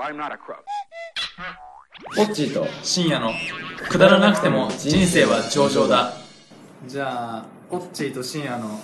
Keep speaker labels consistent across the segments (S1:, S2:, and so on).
S1: I'm not a crook.
S2: ポッチーと
S3: 深夜のくだらなくても人生は上々だ
S4: じゃあオッチーと深夜の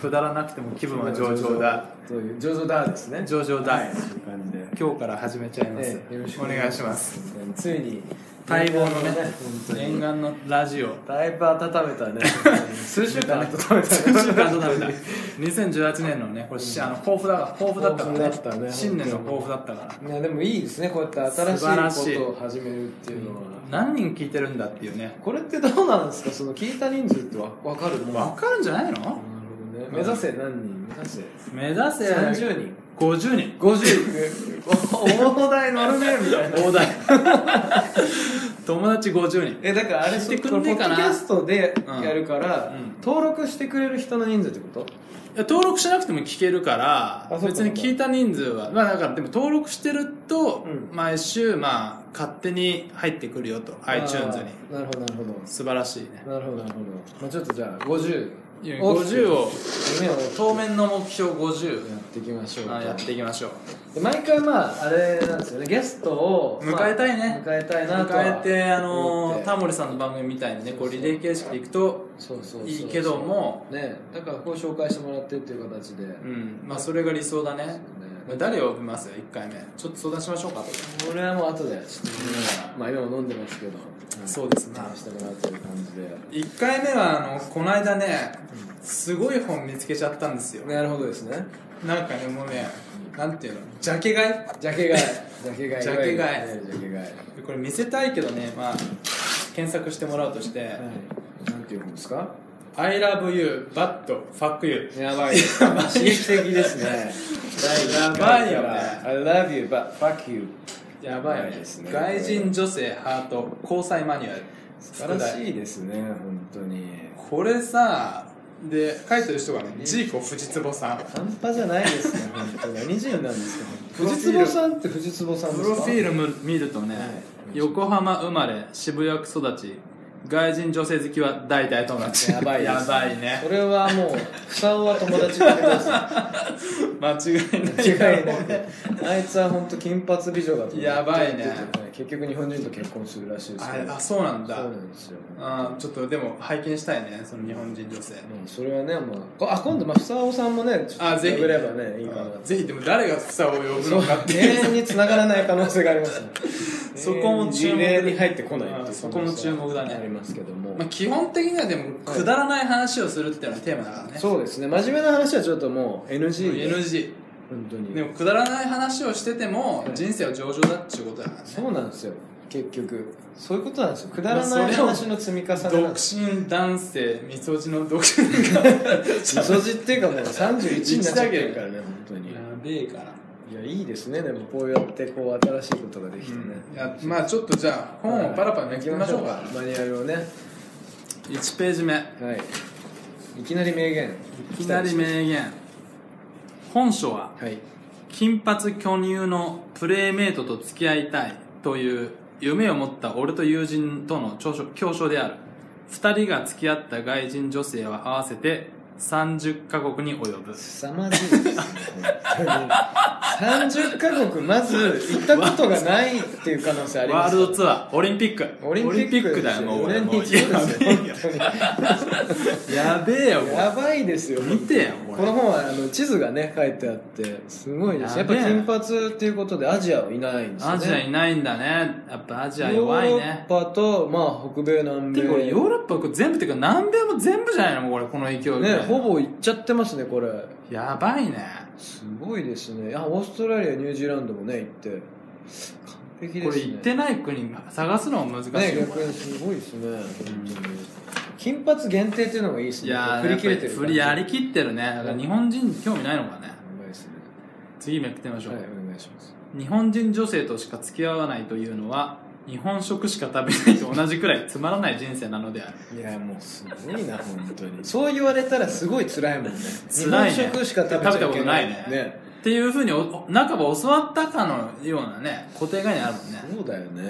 S4: くだらなくても気分は上々だ
S2: という上々だですね
S4: 上々だ
S2: はいそういう感じで
S4: 今日から始めちゃいます、
S2: ええよろしく
S4: お願いします
S2: ついに
S4: 待望のね
S2: 本当
S4: 念
S2: に
S4: 願のラジオ
S2: だいぶ温めたね
S4: 数週間
S2: 温めたね
S4: 数週間温め た2018年のねこれ、しあの抱負だから抱負だったからね
S2: 抱負だったね
S4: 新年の抱負だったから
S2: いやでもいいですねこうやって
S4: 素晴ら
S2: 新
S4: し
S2: し
S4: い
S2: いことを始めるっていうのは
S4: 何人聞いてるんだっていうね
S2: これってどうなんですかその聞いた人数ってわ分かるもん
S4: 分かるんじゃないの
S2: なるほどね目指せ何人目指せ
S4: 目指せ
S2: 30人
S4: 50 人
S2: 50大台乗るねみたいな
S4: 大台 友達50人
S2: えだからあれ
S4: 知ってくんねえかな
S2: ポッドキャストでやるから、
S4: うん
S2: 登録してくれる人の人数ってこと
S4: いや登録しなくても聞けるか
S2: あそ
S4: ら
S2: っか
S4: 別に聞いた人数はまあだからでも登録してると
S2: うん
S4: 毎週まあ勝手に入ってくるよと iTunes に
S2: あーなるほどなるほど
S4: 素晴らしいね
S2: なるほどなるほど、まあ、ちょっとじゃあ50
S4: いや50を
S2: 夢を
S4: 当面の目標50
S2: やっていきましょう
S4: あやっていきましょう
S2: で毎回まああれなんですよねゲストを
S4: 迎えたいね
S2: まあ迎えたいなとは
S4: 迎えてあの
S2: 思
S4: ー
S2: って
S4: タモリさんの番組みたいにねこうリレー形式でいくと
S2: そうそうそう
S4: いいけども
S2: ねだからこう紹介してもらってっていう形で、
S4: う
S2: ね
S4: んまあそれが理想だね誰を呼びますよ1回目ちょっと相談しましょうか
S2: これはもう後でちょっと飲みながらまあ今も飲んでますけど、
S4: そうですね
S2: 話してもらうという感じで
S4: 1回目はあのこの間ねすごい本見つけちゃったんですよ
S2: なるほどですね
S4: なんかねもうねなんていうのジャケ買い
S2: ジャケ買いジャケ買い
S4: ジャケ買い
S2: わゆるジャケ買い
S4: これ見せたいけどねまあ検索してもらうとして
S2: はいなんていう本ですか
S4: 「ILOVEYOU」「BAD」「FUCKYOU
S2: やばい刺激的ですね」
S4: やばいよね
S2: I love you but fuck you
S4: やばい
S2: や
S4: よ
S2: ばい
S4: ね
S2: ですね
S4: 外人女性ハート交際マニュアル
S2: 素晴らしいですね本当に
S4: これさで書いてる人がねジーコ藤坪さん
S2: 半端じゃないですね本当何人なんですか
S4: プロフィー
S2: 藤
S4: ル
S2: 坪さんって藤坪さんです
S4: プ
S2: か
S4: ロフィールも見るとね、
S2: い
S4: 横浜生まれ渋谷区育ち外人女性好きは大体友達
S2: やばいです
S4: やばいね
S2: これはもう房尾は友達ってことで すね
S4: 間違いない
S2: 違いないあいつは本当金髪美女だと思って
S4: やばいね
S2: 結局日本人と結婚するらしいです
S4: あ
S2: けど
S4: あそうなんだ
S2: そうなんですよ
S4: あちょっとでも拝見したいねその日本人女性
S2: うんそれはねまあこあ今度まあ房尾さんもねちょっと
S4: あぜひ
S2: 呼べればねいいかな
S4: あぜひでも誰が草を呼ぶのかって
S2: 永
S4: いう
S2: 遠に繋がらない可能性があり ますね
S4: そこも注目
S2: 永遠にリレーに入ってこないっていう
S4: あそこも注目だね
S2: 可能性はありますけども、
S4: まあ、基本的にはでもくだらない話をするっていうのがテーマだからね、
S2: そうですね真面目な話はちょっともう NG で
S4: NG
S2: 本当に
S4: でもくだらない話をしてても人生は上々だっていうことだからね
S2: そうなんですよ結局そういうことなんですよくだら
S4: ま
S2: な
S4: あ
S2: い
S4: それを
S2: 話の積み重ねなん
S4: 独
S2: です
S4: 身男性みそじの独身が
S2: みそじっていうかもう31になっちゃってるからね本当に
S4: やべえから、
S2: いやいいですねでもこうやってこう新しいことができてね、
S4: いやまあちょっとじゃあ本をパラパラめくりましょうか、
S2: マニュアルをね
S4: 1ページ目い
S2: はいいきなり名言
S4: きなり名言本書は
S2: はい
S4: 金髪巨乳のプレイメイトと付き合いたいという夢を持った俺と友人との長所競争である二人が付き合った外人女性は合わせて30カ国に及ぶ
S2: 凄まじいですね本当に30カ国まず行ったことがないっていう可能性あり
S4: ワ
S2: ま
S4: ー
S2: す
S4: ルドツアーオリンピック
S2: オリンピック
S4: だよもう
S2: オリンピック
S4: 俺もう
S2: ですよ本
S4: やべえよ
S2: 当に
S4: も
S2: やばいですよ
S4: う見てよこ
S2: この本はあの地図がね書いてあってすごいですや
S4: や
S2: っ
S4: べ
S2: ぱ
S4: え
S2: 金髪っていうことでアジアはいないんですよね
S4: アジアいないんだねやっぱアジア弱い
S2: ヨーロッ
S4: ね
S2: パと、まあ、北米南
S4: て
S2: 米
S4: かこれヨーロッパこれ全部っていうか南米も全部じゃないのもうこれこの勢いで
S2: ねほぼ行っちゃってますねこれ
S4: やばいね
S2: すごいですねあオーストラリアニュージーランドもね行って完璧ですね
S4: これ行ってない国探すのも難しいよ
S2: ね逆
S4: これ
S2: にすごいですね、金髪限定っていうのがいいです
S4: い
S2: ね
S4: や
S2: 振
S4: ー
S2: り切れてる
S4: やっぱり振りやり
S2: き
S4: きってるねだから日本人興味ないのかね
S2: ですね
S4: 次めくってみましょう、
S2: はいお願いします
S4: 日本人女性としか付き合わないというのは日本食しか食べないと同じくらいつまらない人生なのである
S2: いやもうすごいな本当に そう言われたらすごい辛いもんね
S4: 辛いね
S2: 日本食しか食べちゃいけない
S4: 食べたことないねっていうふうにお半ば教わったかのようなね固定概念あるもんね、
S2: そうだよね、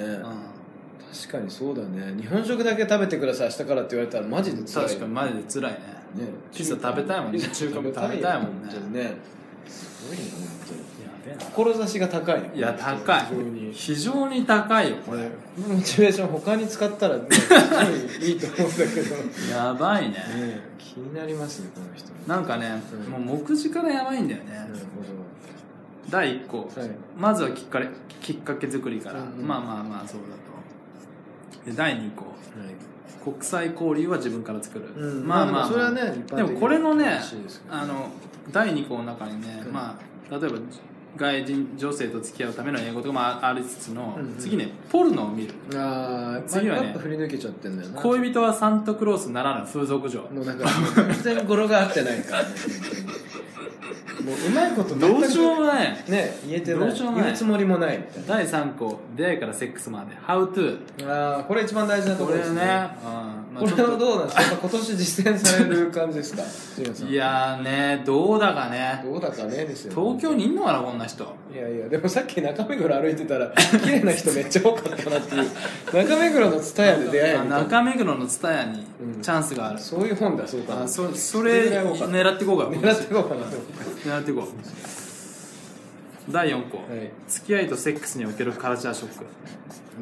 S4: う
S2: 確かにそうだね日本食だけ食べてください明日からって言われたらマジで
S4: ん、
S2: 辛い
S4: 確かにマジで辛いね
S2: にね
S4: ピザ食べたいもんね中華も食べたいもんね
S2: 本当にねすごいな本当に
S4: べえな
S2: 志が高いね
S4: いや高い
S2: 非常に
S4: 非常に高いよこ
S2: こ
S4: れ
S2: れモチベーション他に使ったら、ね、すごいいいと思うんだけど、ね
S4: やば いね
S2: え、気になりますねこの人
S4: なんかね
S2: うん
S4: もう目次からやばいんだよね
S2: なる
S4: 第1個
S2: ほどはい
S4: まずはきっかれきっかけ作りから
S2: うんうん
S4: まあまあまあそうだとで第2個
S2: はい
S4: 国際交流は自分から作る、
S2: うん
S4: まあま
S2: まあ
S4: あ、
S2: でもそれはね一般的に
S4: でもこれのね
S2: 欲しいですけどね
S4: あの第2項の中にね、
S2: うん
S4: まあ例えば外人女性と付き合うための英語とかもあありつつの、
S2: うんうん
S4: 次ねポルノを見る
S2: ああ
S4: 次はね
S2: 振り抜けちゃってんだよな
S4: 恋人はサンタクロースならぬ風俗嬢
S2: もうなんか完全に語呂が合ってないからね本当 にもううまいこと全
S4: ど
S2: く
S4: うしようもない
S2: ね言えてな
S4: どう
S2: い
S4: しようもない
S2: 言うつもりもないみたい
S4: 第3項出会いからセックスまで How to
S2: なああこれ一番大事なと
S4: こ
S2: ころ
S4: れ
S2: で
S4: ね
S2: す
S4: う
S2: ね
S4: んまあ
S2: これ
S4: ちょ
S2: は
S4: っと
S2: どうなんです かやっぱ今年実践される感じですかジムさん
S4: いやーねどうだかね
S2: どうだかねですよね
S4: 東京にいんのかなこんな人
S2: いやいやでもさっき中目黒歩いてたら綺麗な人めっちゃ多かったなっていう中目黒の蔦屋で出会えるみたいな
S4: 中目黒の蔦屋に
S2: うん
S4: チャンスがある、
S2: そういう本だそうか
S4: あそそ
S2: れ
S4: れ
S2: ぐらい多かった
S4: 狙っていこうか
S2: 狙っていこうかなと
S4: 狙っていこう第4項、
S2: はい
S4: 付き合いとセックスにおけるカルチャーショック、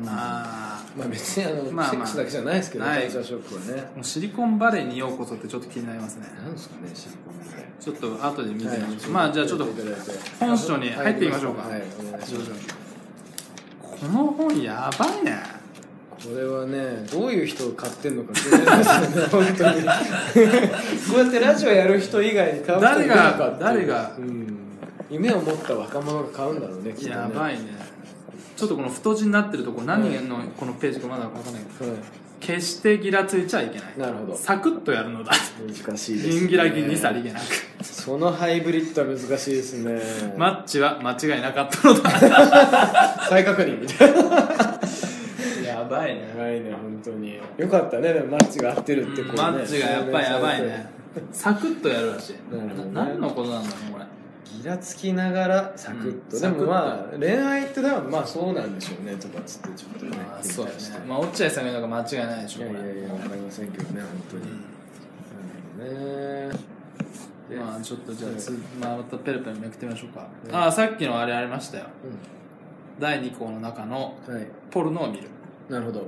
S4: あ
S2: まあ別にあの、
S4: まあまあ
S2: セックスだけじゃないですけど、
S4: はい
S2: カルチャーショックはね
S4: あシリコンバレーにようこそってちょっと気になりますね
S2: なんですかねシリコンバレー
S4: ちょっと後で見てみましょう、
S2: はい
S4: まあじゃあちょっと
S2: 見ていただいて
S4: 本書に入ってみましょうか
S2: はいお願いしま
S4: 徐
S2: す
S4: 々にこの本やばいね
S2: これはねどういう人を買ってんのか気になりますよね本当にこうやってラジオやる人以外に買う人いるのかっていう
S4: 誰が
S2: うん、夢を持った若者が買うんだろうねきっとね
S4: やば
S2: はい
S4: ねちょっとこの太字になってるとこ何のこのページかまだ分かんないけど
S2: い
S4: 決してギラついちゃいけない
S2: なるほど
S4: サクッとやるのだ
S2: 難しいです、ね、
S4: 銀ギラ銀にさりげなく
S2: そのハイブリッドは難しいですね、
S4: マッチは間違いなかったのだ
S2: 再確認みたいな
S4: やばい
S2: やばいね本当によかったねでもマッチが合ってるってこう、ね
S4: マッチがやっぱやばいねサクッとやるらしい
S2: なるほどね
S4: な何のことなんだろうねこれ
S2: ギラつきながらサクッと、
S4: うん
S2: でも
S4: サ
S2: まあ恋愛ってでもまあそうなんでしょうねとかっつってちょっとね
S4: まあそうだね
S2: 繰り返して
S4: まあ落合さんが言うのが間違いないでし
S2: い
S4: ょ
S2: や
S4: こ
S2: いや
S4: れ
S2: いやわかりませんけどね本当に、なるほどね
S4: うんまあちょっとじゃあつまあまたペルペルめくってみましょうか
S2: うん
S4: ああさっきのあれありましたよ第2項の中の
S2: うんはい
S4: ポルノを見る
S2: なるほど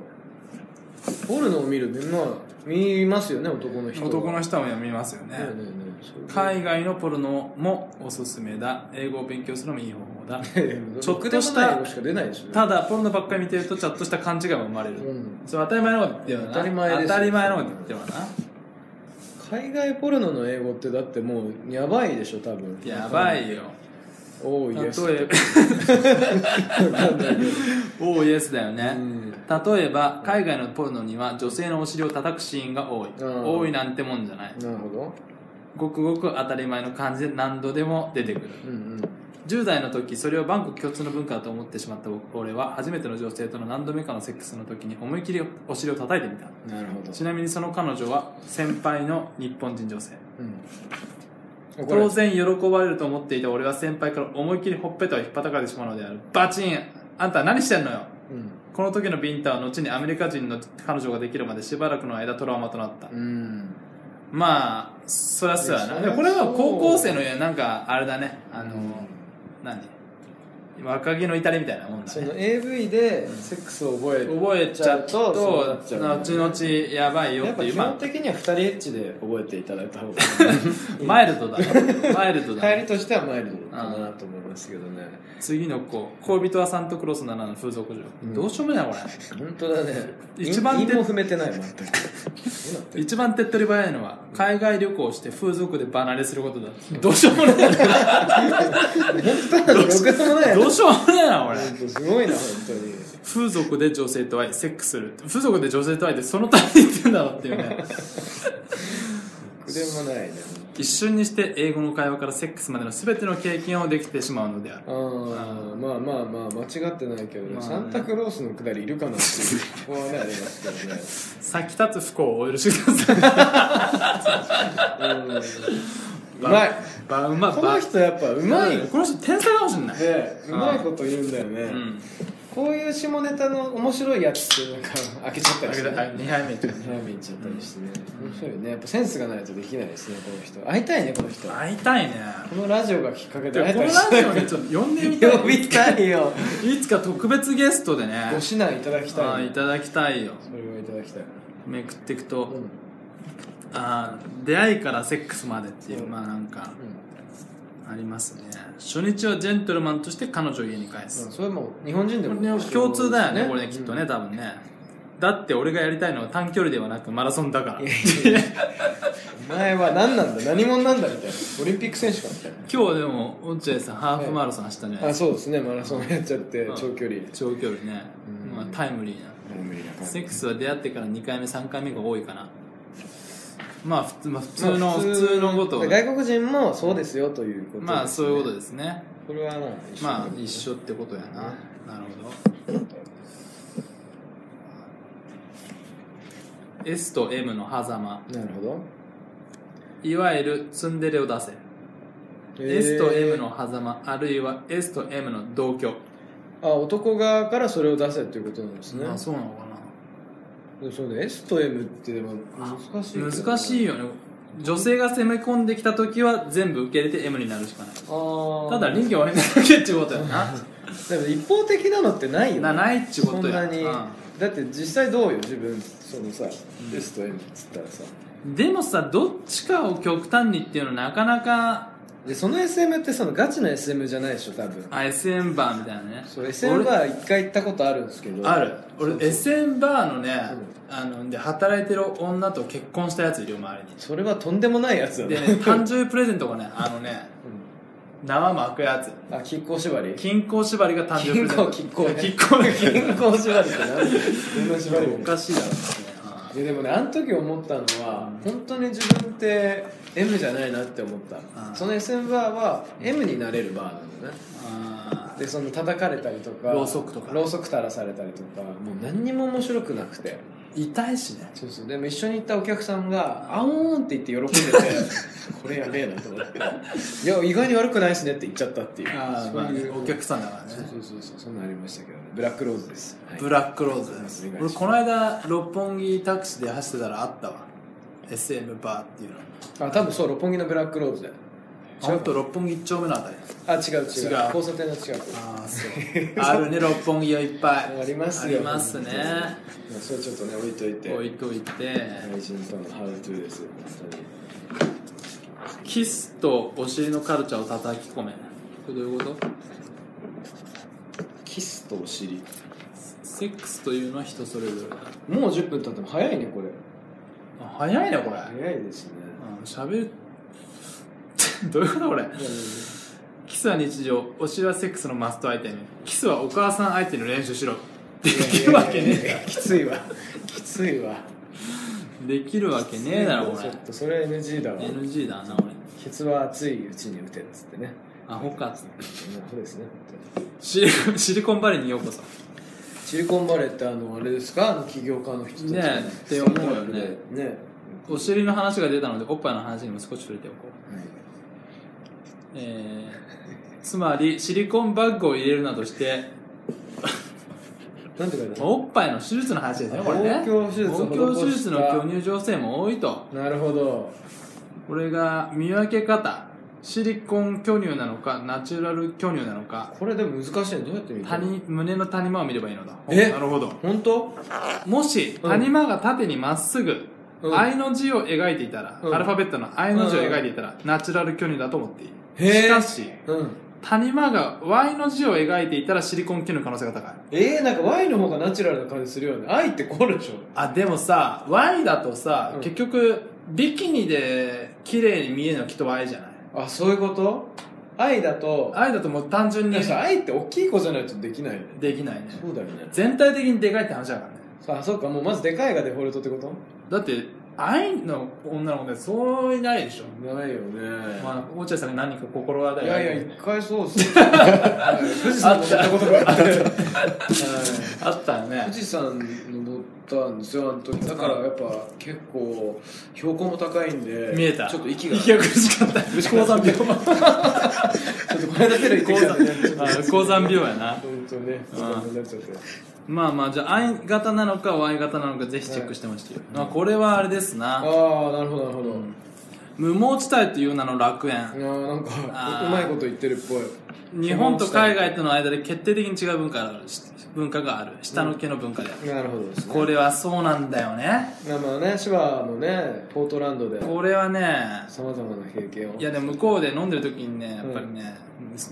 S2: ポルノを見るまあ見ますよね男の人は
S4: 男の
S2: ね
S4: 人は見ますよ
S2: え
S4: ね
S2: ねえねえそういう
S4: 海外のポルノもおすすめだ英語を勉強するのもいい方法だ
S2: ちょっとした英語しか出ないでしょ
S4: ただポルノばっかり見てるとちょっとした勘違いが生まれる、
S2: うん
S4: それ当たり前のこと言ってるな
S2: 当たり前ですよ
S4: 当たり前のこと言ってるわな
S2: 海外ポルノの英語ってだってもうやばいでしょ多分
S4: やばいよ
S2: 多い
S4: 例え
S2: です
S4: ば おイエスだよね、
S2: うん
S4: 例えば海外のポルノには女性のお尻を叩くシーンが多い、
S2: うん
S4: 多いなんてもんじゃない
S2: なるほど
S4: ごくごく当たり前の感じで何度でも出てくる
S2: うん
S4: 10代の時それを万国共通の文化だと思ってしまった僕俺は初めての女性との何度目かのセックスの時に思い切りお尻を叩いてみた
S2: うんなるほど
S4: ちなみにその彼女は先輩の日本人女性
S2: うんこれ
S4: 当然喜ばれると思っていた俺は先輩から思い切りほっぺたを引っ叩かれてしまうのであるバチンあんた何してんのよ
S2: うん
S4: この時のビンタは後にアメリカ人の彼女ができるまでしばらくの間トラウマとなった、
S2: うん
S4: まあそりゃそうや
S2: そり
S4: な
S2: ゃ
S4: でこれは
S2: そう
S4: 高校生のなんかあれだねあの、何若気の至りみたいなもんだ
S2: そ
S4: ね
S2: の AV でセックスを覚える
S4: 覚えちゃうと
S2: そうなっちゃうね
S4: 後々やばいよ
S2: やっ
S4: っ
S2: ぱ
S4: てい
S2: 基
S4: うま
S2: 本的には2人エッチで覚えていただいた方が
S4: あマイルドだ マイルドだ
S2: 帰りとしてはマイルドかなと思いますけどね
S4: 次の子恋人はサンタクロースならの風俗嬢、
S2: うん
S4: どうしようもないなこ
S2: 本当だね
S4: 一番手
S2: 韻も踏めてない全くどうなって
S4: れ
S2: る
S4: 一番手っ取り早いのは海外旅行をして風俗で離れすることだどうしようもないな
S2: 本当だねろくでも ない
S4: どうしようもないなこれ
S2: 本当すごいな本当に
S4: 風俗で女性と会いセックスする風俗で女性と会いってそのために言ってんだろうってい うね
S2: ろくでもないね
S4: 一瞬にして英語の会話からセックスまでの全ての経験をできてしまうのである
S2: あーまあまあまあ間違ってないけど、ね
S4: まあね
S2: サンタクロースのくだりいるかなっていう不安はねありますけどね
S4: 先立つ不幸をお許しください
S2: うまい
S4: ばうま
S2: この人やっぱうまいよ
S4: この人天才かもしれない、
S2: ねうまいこと言うんだよね、
S4: うん
S2: こういう下ネタの面白いやつってなんか開けちゃったりして、ね、
S4: 2杯目いっちゃう
S2: 早めに行っちゃったりしてね、面白いねやっぱセンスがないとできないですねこの人会いたいねこの人こ
S4: 会いたいね
S2: のラジオがきっかけ
S4: こ
S2: で
S4: の
S2: 会え
S4: ラ
S2: たりして
S4: ジオでちょっと呼んでみた い
S2: 呼びたいよ
S4: いつか特別ゲストでね
S2: ご指南いただきた
S4: あ
S2: い,、
S4: ーいただきたいよ
S2: それはいただきたい、
S4: めくっていくと、
S2: うんうん
S4: あー出会いからセックスまでっていう、まあなんかありますね初日はジェントルマンとして彼女を家に返す、
S2: それも日本人でも
S4: 共通だよねこれねきっとね、
S2: うん
S4: 多分ねだって俺がやりたいのは短距離ではなくマラソンだから
S2: いやいやいやお前は何なんだ何者なんだみたいなオリンピック選手かみたい
S4: 今日でも落合さんハーフマラソン走ったじゃない
S2: な
S4: で
S2: あ
S4: す
S2: そうですねマラソンやっちゃって
S4: うん
S2: 長距離
S4: か長距離ね、
S2: うん
S4: まあ、タイムリーな
S2: もう無理な感
S4: セックスは出会ってから2回目3回目が多いかなまあ普通,、まあ、普通
S2: ま
S4: の
S2: あ
S4: 普通のことを
S2: 外国人もそうですよということですね
S4: まあそういうことですね
S2: これはもう一緒
S4: まあ一緒ってことやななるほど S と M の狭間
S2: なるほど
S4: いわゆるツンデレを出せ S と M の狭間あるいは S と M の同居、
S2: あ男側からそれを出せっていうことなんですね
S4: あそうなのか
S2: そうね S と M ってでも難しいけど
S4: な
S2: ね
S4: 難しいよね女性が攻め込んできた時は全部受け入れて M になるしかない
S2: あー
S4: ただ臨機応変なだけっちゅうことやな
S2: でも一方的なのってないよね
S4: なないっちゅうことや
S2: そんなに、だって実際どうよ自分そのさ、S と M っつったらさ
S4: うんでもさどっちかを極端にっていうのなかなか
S2: でその SM ってそのガチな SM じゃないでしょ多分
S4: あ SM バーみたいなね
S2: そう SM は一回行ったことあるんですけど
S4: ある俺
S2: そうそう
S4: SM バーのね、あので働いてる女と結婚したやついるよ周
S2: それはとんでもないやつだ
S4: りにで
S2: ね
S4: ね 誕生日プレゼントがねあのね縄巻くやつ
S2: うんあ金庫縛り
S4: 金庫縛りが誕生日プレ
S2: 金
S4: ゼン
S2: 庫
S4: ト
S2: 金庫
S4: 金庫
S2: 金庫縛りって何金庫縛り
S4: おかしいだろうねあ
S2: いやでもねあの時思ったのは本当に自分って M じゃないなって思った
S4: あ
S2: その SM バーは M になれるバーなのね
S4: あ
S2: でその叩かれたりとか
S4: ろうそくとか
S2: ろうそく垂らされたりとかもう何にも面白くなくて
S4: 痛いしね
S2: そうそうでも一緒に行ったお客さんが「あおーん」って言って喜んでて これやべえなと思って「いや意外に悪くないですね」って言っちゃったっていう
S4: ああ、まあ
S2: そうい
S4: ね、
S2: う
S4: お客さんだから
S2: そう
S4: ね
S2: そうそうそうそんなんありましたけどねブラックローズです、はい
S4: ブラックロー
S2: お
S4: ズ
S2: 願いしま
S4: 俺
S2: す
S4: この間六本木タクシーで走ってたらあったわ SM バーっていうの
S2: あ多分そう六本木のブラックローズだよ
S4: ちょっと六本木一丁目のあたり
S2: あ違う違う
S4: 違う
S2: 交差点の近く
S4: ああそう あるね六本木はいっぱい
S2: ありますよ
S4: ありますね
S2: まあそれちょっとね置いといて
S4: 置いといて、
S2: 外人とのハウトゥーです本当に
S4: キスとお尻のカルチャーを叩き込めこれどういうこと
S2: キスとお尻
S4: セックスというのは人それぞれだ
S2: もう10分経っても早いねこれ
S4: あ早いねこれ
S2: 早いですね
S4: うん喋る どういうことこれ
S2: いやいやい
S4: キスは日常お尻はセックスのマストアイテムキスはお母さん相手の練習しろで
S2: や
S4: きるわけね
S2: いやい やきついわきついわ
S4: えできるわけねえだろこ
S2: ちょっ
S4: れ
S2: とそれは NG だわ
S4: NG だな俺
S2: ケツは熱いうちに打てっつってね
S4: アホかつ
S2: そうですね
S4: シリコンシリコンバレーにようこそ
S2: シリコンバレーってあのあれですかあの起業家の人たち
S4: ねえって思うよね
S2: ね
S4: お尻の話が出たのでおっぱいの話にも少し触れておこうえー、つまりシリコンバッグを入れるなどして
S2: なんて書いてある
S4: おっぱいの手術の話ですねこれね
S2: 応挙手術を
S4: 応挙手術の巨乳女性も多いと
S2: なるほど
S4: これが見分け方シリコン巨乳なのかナチュラル巨乳なのか
S2: これでも難しいねどうやって見る
S4: 谷胸の谷間を見ればいいのだ
S2: え
S4: なるほど
S2: 本当
S4: もし
S2: うん
S4: 谷間が縦にまっすぐ、
S2: うん
S4: 愛の字を描いていたら、
S2: うん
S4: アルファベットの愛の字を描いていたら、ナチュラル巨乳だと思っている
S2: へー
S4: しかし
S2: うん
S4: 谷間が Y の字を描いていたらシリコン巨乳の可能性が高い
S2: えー、なんか Y の方がナチュラルな感じするよね愛ってこうでしょ
S4: あでもさ Y だとさ、
S2: うん
S4: 結局ビキニで綺麗に見えるのはきっと Y じゃない
S2: あそういうこと愛だと
S4: I だともう単純に
S2: でもさ愛って大きい子じゃないとできないよね
S4: できないね
S2: そうだよね
S4: 全体的にでかいって話だからね
S2: あそっかもうまずでかいがデフォルトってこと
S4: だって愛の女の子でそういないでしょ、
S2: ないよね
S4: まあ落合さんが何か心当た
S2: い
S4: りがあ
S2: や
S4: る
S2: いや、一回そうっ すよ。はい富士山登ったことがあって。はい
S4: あったよね
S2: 富士山登っったんですよあの時だからやっぱ結構標高も高いんで
S4: 見えた
S2: ちょっと 息が
S4: 息が苦しかった高山病
S2: ちょっとこの間テレビ行ってきたんでねちょっと
S4: あ高山病やな
S2: 本当ねちょっとになっちゃって
S4: まあまあじゃあ I 型なのか Y 型なのかぜひチェックしてまして、まあ、これはあれです
S2: あ
S4: な
S2: あなるほどなるほど、
S4: 無毛地帯という名の楽
S2: あ
S4: 園
S2: ーなん
S4: あ
S2: か
S4: ー
S2: うまいこと言ってるっぽい
S4: 日本と海外との間で決定的に違う文化があるし文化がある下の毛の文化である、
S2: なるほどですね
S4: これはそうなんだよね
S2: まあまあね手話のねポートランドで
S4: これはね
S2: さまざまな経験を
S4: いやでも向こうで飲んでる時にねやっぱりね、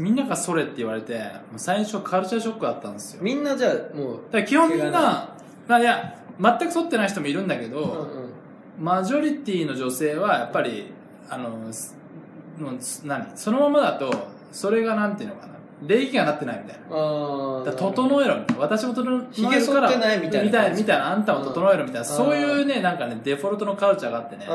S4: みんながそれって言われて最初カルチャーショックだったんですよ
S2: みんなじゃあもう
S4: だから基本みん
S2: 毛が
S4: な、まあ、いや全く剃ってない人もいるんだけど、
S2: うんうん
S4: マジョリティの女性はやっぱりあのすもうす何そのままだとそれがなんていうのかな礼儀がなってないみたいな
S2: ああ
S4: だから整えろみたいな私も整え
S2: 髭剃ってないみたいな
S4: みたいなみたいなあんたも整えろみたいな、
S2: うん
S4: そういうねなんかねデフォルトのカルチャーがあってね、
S2: あ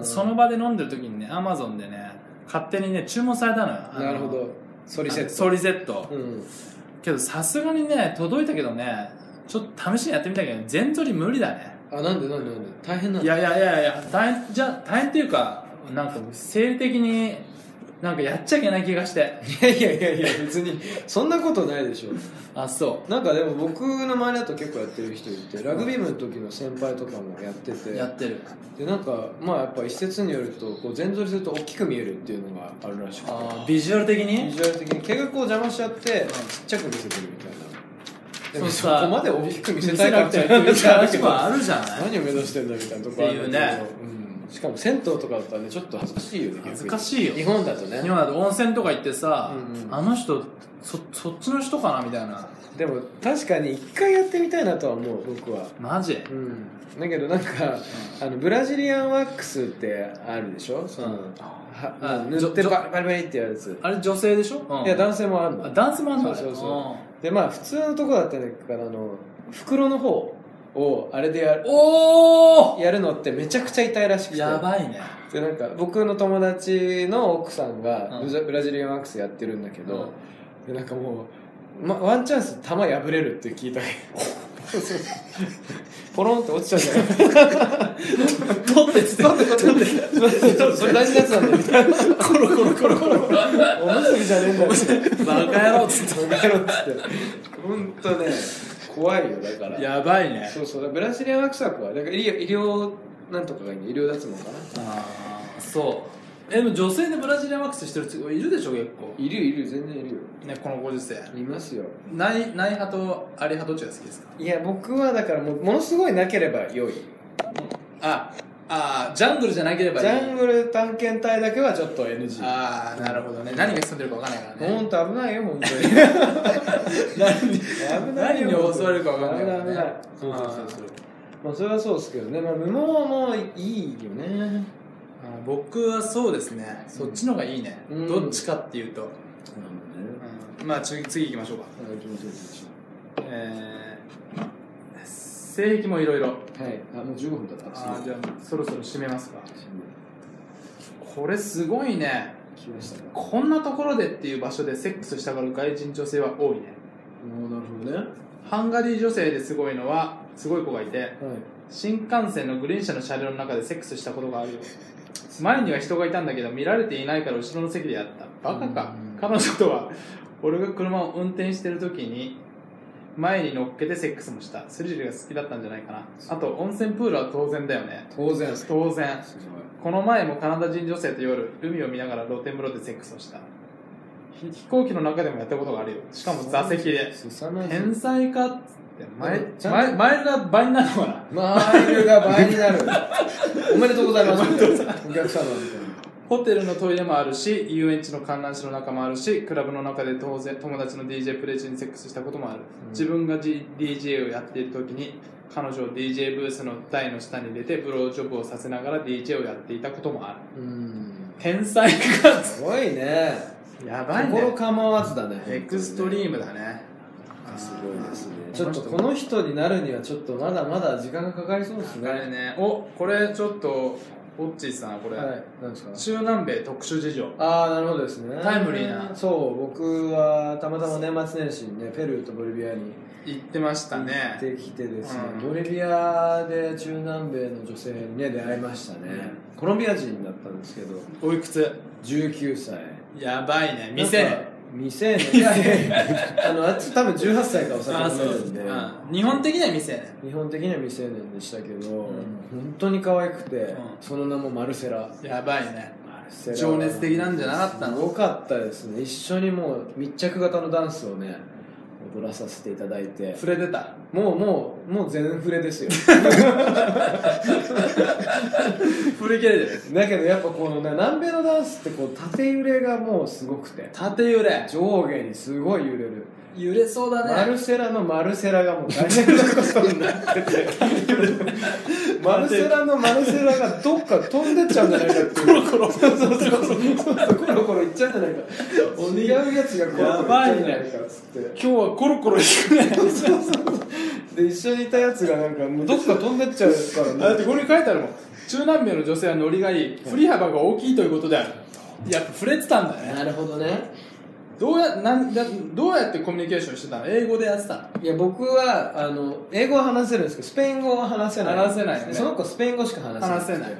S2: あ
S4: その場で飲んでる時にねアマゾンでね勝手にね注文されたのよあの
S2: なるほどソリセット
S4: ソリセット、
S2: うん
S4: けどさすがにね届いたけどねちょっと試しにやってみたけど全剃り無理だね
S2: あなんでなんでなんで大変なん
S4: い
S2: だ
S4: やいやいやいや大変じゃ大変っていうかなんか生理的になんかやっちゃいけない気がして
S2: いやいやいやいや別にそんなことないでしょ
S4: あそ
S2: なんかでも僕の周りだと結構やってる人いてラグビー部の時の先輩とかもやって
S4: う
S2: て
S4: やってる
S2: でなんかまあやっぱ一説によるとこう全剃りすると大きく見えるっていうのがあるらしくて
S4: あービジュアル的
S2: ビ
S4: に
S2: ジュアル的に毛がこう邪魔しちゃってちっちゃく見せてるみたいなでも
S4: そ
S2: そう
S4: さ
S2: こまで大きく見せ
S4: 見
S2: た
S4: せ
S2: いか
S4: な
S2: っ
S4: く
S2: て
S4: ちゃい
S2: 言わ
S4: け
S2: れ
S4: ない
S2: たら
S4: 話もあるじゃない
S2: 何を目指してんだみたいなとこあるんだけど
S4: って
S2: うん、しかも銭湯とかだったらねちょっと恥ずかしいよね
S4: 恥ずか
S2: い
S4: しいよ
S2: 日本だとね
S4: 日本だと温泉とか行ってさ、
S2: うんうん
S4: あの人そそっちの人かなみたいな
S2: でも確かに一回やってみたいなとは思う僕は
S4: マジ、
S2: うんだけどなんかあのブラジリアンワックスってあるでしょその、
S4: うん
S2: は
S4: あ
S2: 塗って
S4: じょ
S2: バリバリバリってやるやつ
S4: あれ女性でしょ、うん
S2: いや男性もある
S4: あ
S2: の
S4: 男性もあんのあれ
S2: そうそうそでまあ普通のとこだったからあの袋の方をあれでやる
S4: うんおお
S2: やるのってめちゃくちゃ痛いらしくて
S4: やば いね
S2: でなんか僕の友達の奥さんが
S4: うん
S2: ブラブラジリアンワックスやってるんだけど、でなんかもう、ま、ワンチャンス弾破れるって 聞いたけどそうポロンって落ちちゃう じゃない
S4: 取ってつって
S2: それ大事なやつなんだよみたいなコロコロコロコロおむすびじゃねえんだよ
S4: バカ野郎っつっ
S2: お前らっつって本当ね怖いよだから
S4: てやばいね
S2: そうそうだからブラジリアンワックスは怖いだから医療医療なんとかがいいね医療脱毛かな
S4: ああそうえでも女性でブラジリアンワックスしてる人いるでしょ結構
S2: いるいる全然いるよ
S4: ねこのご時世
S2: いますよ
S4: ないない派とあれ派どっちが好きですか
S2: いや僕はだからもうものすごいなければ良い
S4: ああジャングルじゃなければい
S2: ジ
S4: い
S2: ャングル探検隊だけはちょっと NG
S4: ああなるほどね何が潜んでるか分かんないからね
S2: 本当危ないよ本当 に危ない
S4: 何
S2: よ
S4: に襲われるか分かんないから
S2: 危ない危
S4: ね
S2: ないそうそうそうそうまあそれはそうですけどねまあ無毛もいいよね
S4: あー僕はそうですねそっちの方がいいね、
S2: うん
S4: どっちかっていうと、
S2: そうなんだね
S4: うんまあ次次行きましょうか
S2: はい気持ちいいです
S4: えー、性癖もいろいろ
S2: はいあもう15分経った
S4: あーじ
S2: ゃ
S4: ゃあそろそろ締めますかこれすごいね
S2: 来ましたね
S4: こんなところでっていう場所でセックスしたがる外人女性は多いね
S2: おーなるほどね
S4: ハンガリー女性ですごいのはすごい子がいて
S2: はい
S4: 新幹線のグリーン車の車両の中でセックスしたことがあるよ前には人がいたんだけど見られていないから後ろの席でやったバカか
S2: うん
S4: 彼女とは俺が車を運転してる時に前に乗っけてセックスもしたスリルが好きだったんじゃないかなあと温泉プールは当然だよね
S2: 当然す
S4: 当然
S2: ごい
S4: この前もカナダ人女性と夜海を見ながら露天風呂でセックスをしたひ飛行機の中でもやったことがあるよしかも座席で
S2: 凄まじい
S4: 天才かっつって前
S2: でもちゃんと
S4: 前前が倍になるのかな
S2: マイルが倍になるおめでとうございますお客様みたいな
S4: ホテルのトイレもあるし遊園地の観覧車の中もあるしクラブの中で当然友達の DJ プレイ中にセックスしたこともある、
S2: うん
S4: 自分が、G、DJ をやっている時に彼女を DJ ブースの台の下に入れてブロージョブをさせながら DJ をやっていたこともある
S2: うん
S4: 天才かっつ
S2: すごいね
S4: ってやばい
S2: 心
S4: ね
S2: 構わずだね
S4: エクストリームだね
S2: すごいですねちょっとこの人になるにはちょっとまだまだ時間がかかりそうです
S4: あれ
S2: ね
S4: ねおこれちょっとオッチーさんこれ、
S2: はい何ですか
S4: 中南米特殊事情
S2: ああなるほどですね
S4: タイムリーな
S2: そう僕はたまたま年末年始にねペルーとボリビアに
S4: 言ってましたね
S2: できてですね、
S4: うん
S2: ボリビアで中南米の女性にね出会いましたね、コロンビア人だったんですけど
S4: おいくつ
S2: 19歳
S4: やばいね
S2: なん
S4: 店
S2: か未成年いやいやいやあのあっち多分18歳からお
S4: あ
S2: 酒
S4: そ
S2: 飲め
S4: う
S2: るんで、
S4: うん日本的には店ね
S2: 日本的には未成年でしたけど、
S4: ん
S2: 本当に可愛くて、
S4: ん
S2: その名もマルセラ
S4: やばいね
S2: マルセラ
S4: 情熱的なんじゃなかった
S2: す
S4: の
S2: ごかったですね一緒にもう密着型のダンスをね踊らさせていただいて
S4: 触れて た
S2: もうもうもう全フレですよ
S4: 触れ切れてる
S2: だけどやっぱこのね南米のダンスってこう縦揺れがもうすごくて
S4: 縦揺れ
S2: 上下にすごい揺れる
S4: 揺れそう
S2: マ
S4: だね
S2: ルセラのマルセラがもう大変なことになっててマルセラのマルセラがどっか飛んでっちゃうんじゃないかっていうコロコロそうそうそうそうコロコロいっちゃうんじゃないか違うやつがコロコロいっちゃうんじゃないかっつって、
S4: 今日はコロコロ引くね
S2: で一緒にいたやつがなんかもうどっか飛んでっちゃうからね
S4: だってこれに書いてあるもん中南米の女性はノリがいい振り幅が大きいということであるやっぱ触れてたんだね
S2: なるほどね
S4: どうやなんだどうやってコミュニケーションしてたの英語でやってたの
S2: いや僕はあの英語は話せるんですけどスペイン語は話せない
S4: 話せないね
S2: その子スペイン語しか話せない
S4: 話せない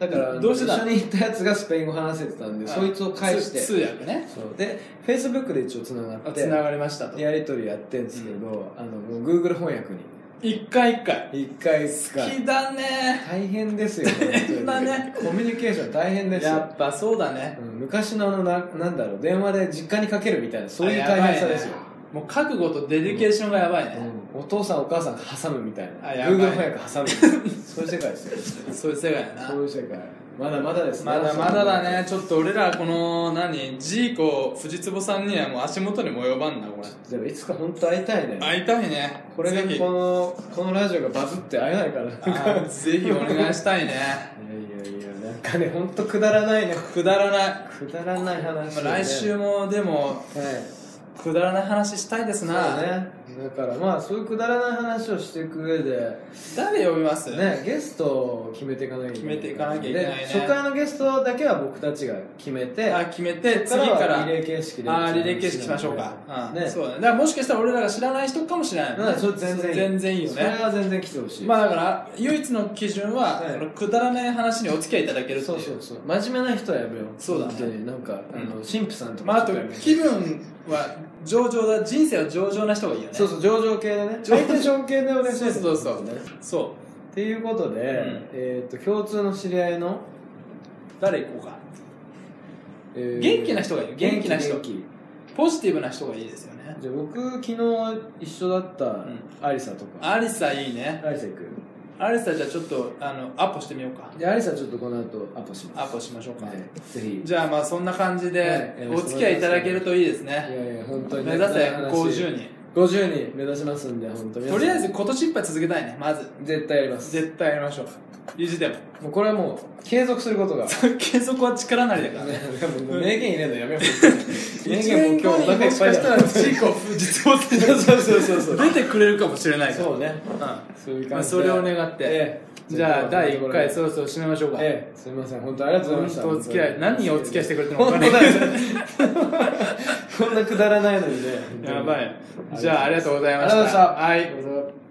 S2: だから
S4: どうしてだ
S2: 一緒に行ったやつがスペイン語話せてたんでそいつを返して
S4: つ通訳ね
S2: そうでフェイスブックで一応つなが
S4: あ
S2: って
S4: 繋がりましたと
S2: やり取りやってんですけど、あのもう Google 翻訳に
S4: 一回一回
S2: 一回一回
S4: 好きだね
S2: 大変です よ
S4: 大変だ
S2: 本
S4: ね
S2: 当にコミュニケーション大変です
S4: や
S2: よ、
S4: っぱそうだね
S2: うん、昔のあのななんだろう電話で実家にかけるみたいなそういう大変さですよ
S4: あやばいね、もう覚悟とデリケーションがやばいね、
S2: うんお父さんお母さんが挟むみたいな
S4: あ
S2: Google
S4: やば
S2: 翻訳
S4: い
S2: 挟 むみたいなそういう世界ですよ
S4: そういう世界や な
S2: そういう世界まだまだですね
S4: まだまだだねちょっと俺らこの何ジーコ藤坪さんにはもう足元にも及ばんなこれ
S2: でもいつか本当会いたいね
S4: 会いたいね
S2: これ
S4: ぜ
S2: で
S4: ひ
S2: このこのラジオがバズって会えないから
S4: あーぜひお願いしたい
S2: い
S4: ね
S2: やいやいやなんかね本当くだらないね
S4: くだらない
S2: くだらない話、ね、
S4: 来週
S2: はい
S4: もでもくだらない話したいです
S2: そう
S4: な、
S2: ねだからまあそういうくだらない話をしていく上で
S4: 誰呼びます
S2: ねゲストを決めていかなきゃいけない
S4: 決めていかなきゃいけないね
S2: で初回のゲストだけは僕たちが決めて
S4: あ決めて次
S2: そっ
S4: か
S2: は
S4: ら
S2: リレー形式で
S4: あーリレー形式しましょうか、うん
S2: ね
S4: そうだねだからもしかしたら俺らが知らない人かもしれない、
S2: だからそれ全然いい
S4: 全然いいよ
S2: それ
S4: ね
S2: は全然来てほしい
S4: まあだから唯一の基準は、
S2: はい
S4: このくだらない話にお付き合いいただけるってい
S2: そううそうそう真面目な人はやめよう
S4: そうだね
S2: 本当になんかあの
S4: う
S2: 神父さんとか
S4: まああと
S2: ちょっやめよう
S4: 気分は上々だ人生は上々な人がいいよね
S2: そうそう上場系でね上場系でお願いします
S4: そうそうそう
S2: ね
S4: そう
S2: っていうことで、
S4: ん
S2: えっ、と共通の知り合いの、
S4: 誰行こうか
S2: えー
S4: 元気な人がいる元気な人
S2: 元気
S4: ポジティブな人がいいですよね
S2: じゃあ僕昨日一緒だった
S4: ん
S2: アリサとか、
S4: アリサいいね
S2: アリサ行く
S4: アリサじゃあちょっとあのアップしてみようか
S2: でアリサちょっとこの後アップし
S4: ア
S2: ま
S4: ップしましょう
S2: す
S4: か、
S2: はいぜひ
S4: じゃあまあそんな感じで
S2: はい
S4: お付き合いいただけるといいです
S2: い
S4: ね
S2: やいや本当に
S4: 目指せ
S2: 50
S4: 50人
S2: 50人目指しますんで本当に
S4: とりあえず今年いっぱい続けたいねまず
S2: 絶対やります
S4: 絶対やりましょう意地でも
S2: もうこれはもう継続することが
S4: 継続は力なりだからね
S2: もう名言入れるのやめよう
S4: 1
S2: 名言もう今
S4: 年後
S2: 日お
S4: にも
S2: 腹いっ
S4: し
S2: ぱ
S4: か
S2: い
S4: した
S2: だ
S4: らジーコ実は
S2: そうそうそうそう
S4: 出てくれるかもしれないから
S2: そうね
S4: うん
S2: そういう
S4: ま
S2: 感
S4: あ
S2: じで
S4: それを願って、
S2: ええ
S4: じゃあ第1回
S2: そ
S4: そろそろ締めましょうか、
S2: ええすみません本当ありがとうございました
S4: 本当お付き合い何にお付き合いしてくれてるの
S2: 本
S4: か
S2: 当
S4: 分か
S2: だ
S4: んない
S2: よね こんなくだらないのにね
S4: やばいじゃあありがとうございまし
S2: ありがとうございました
S4: はい
S2: どうぞ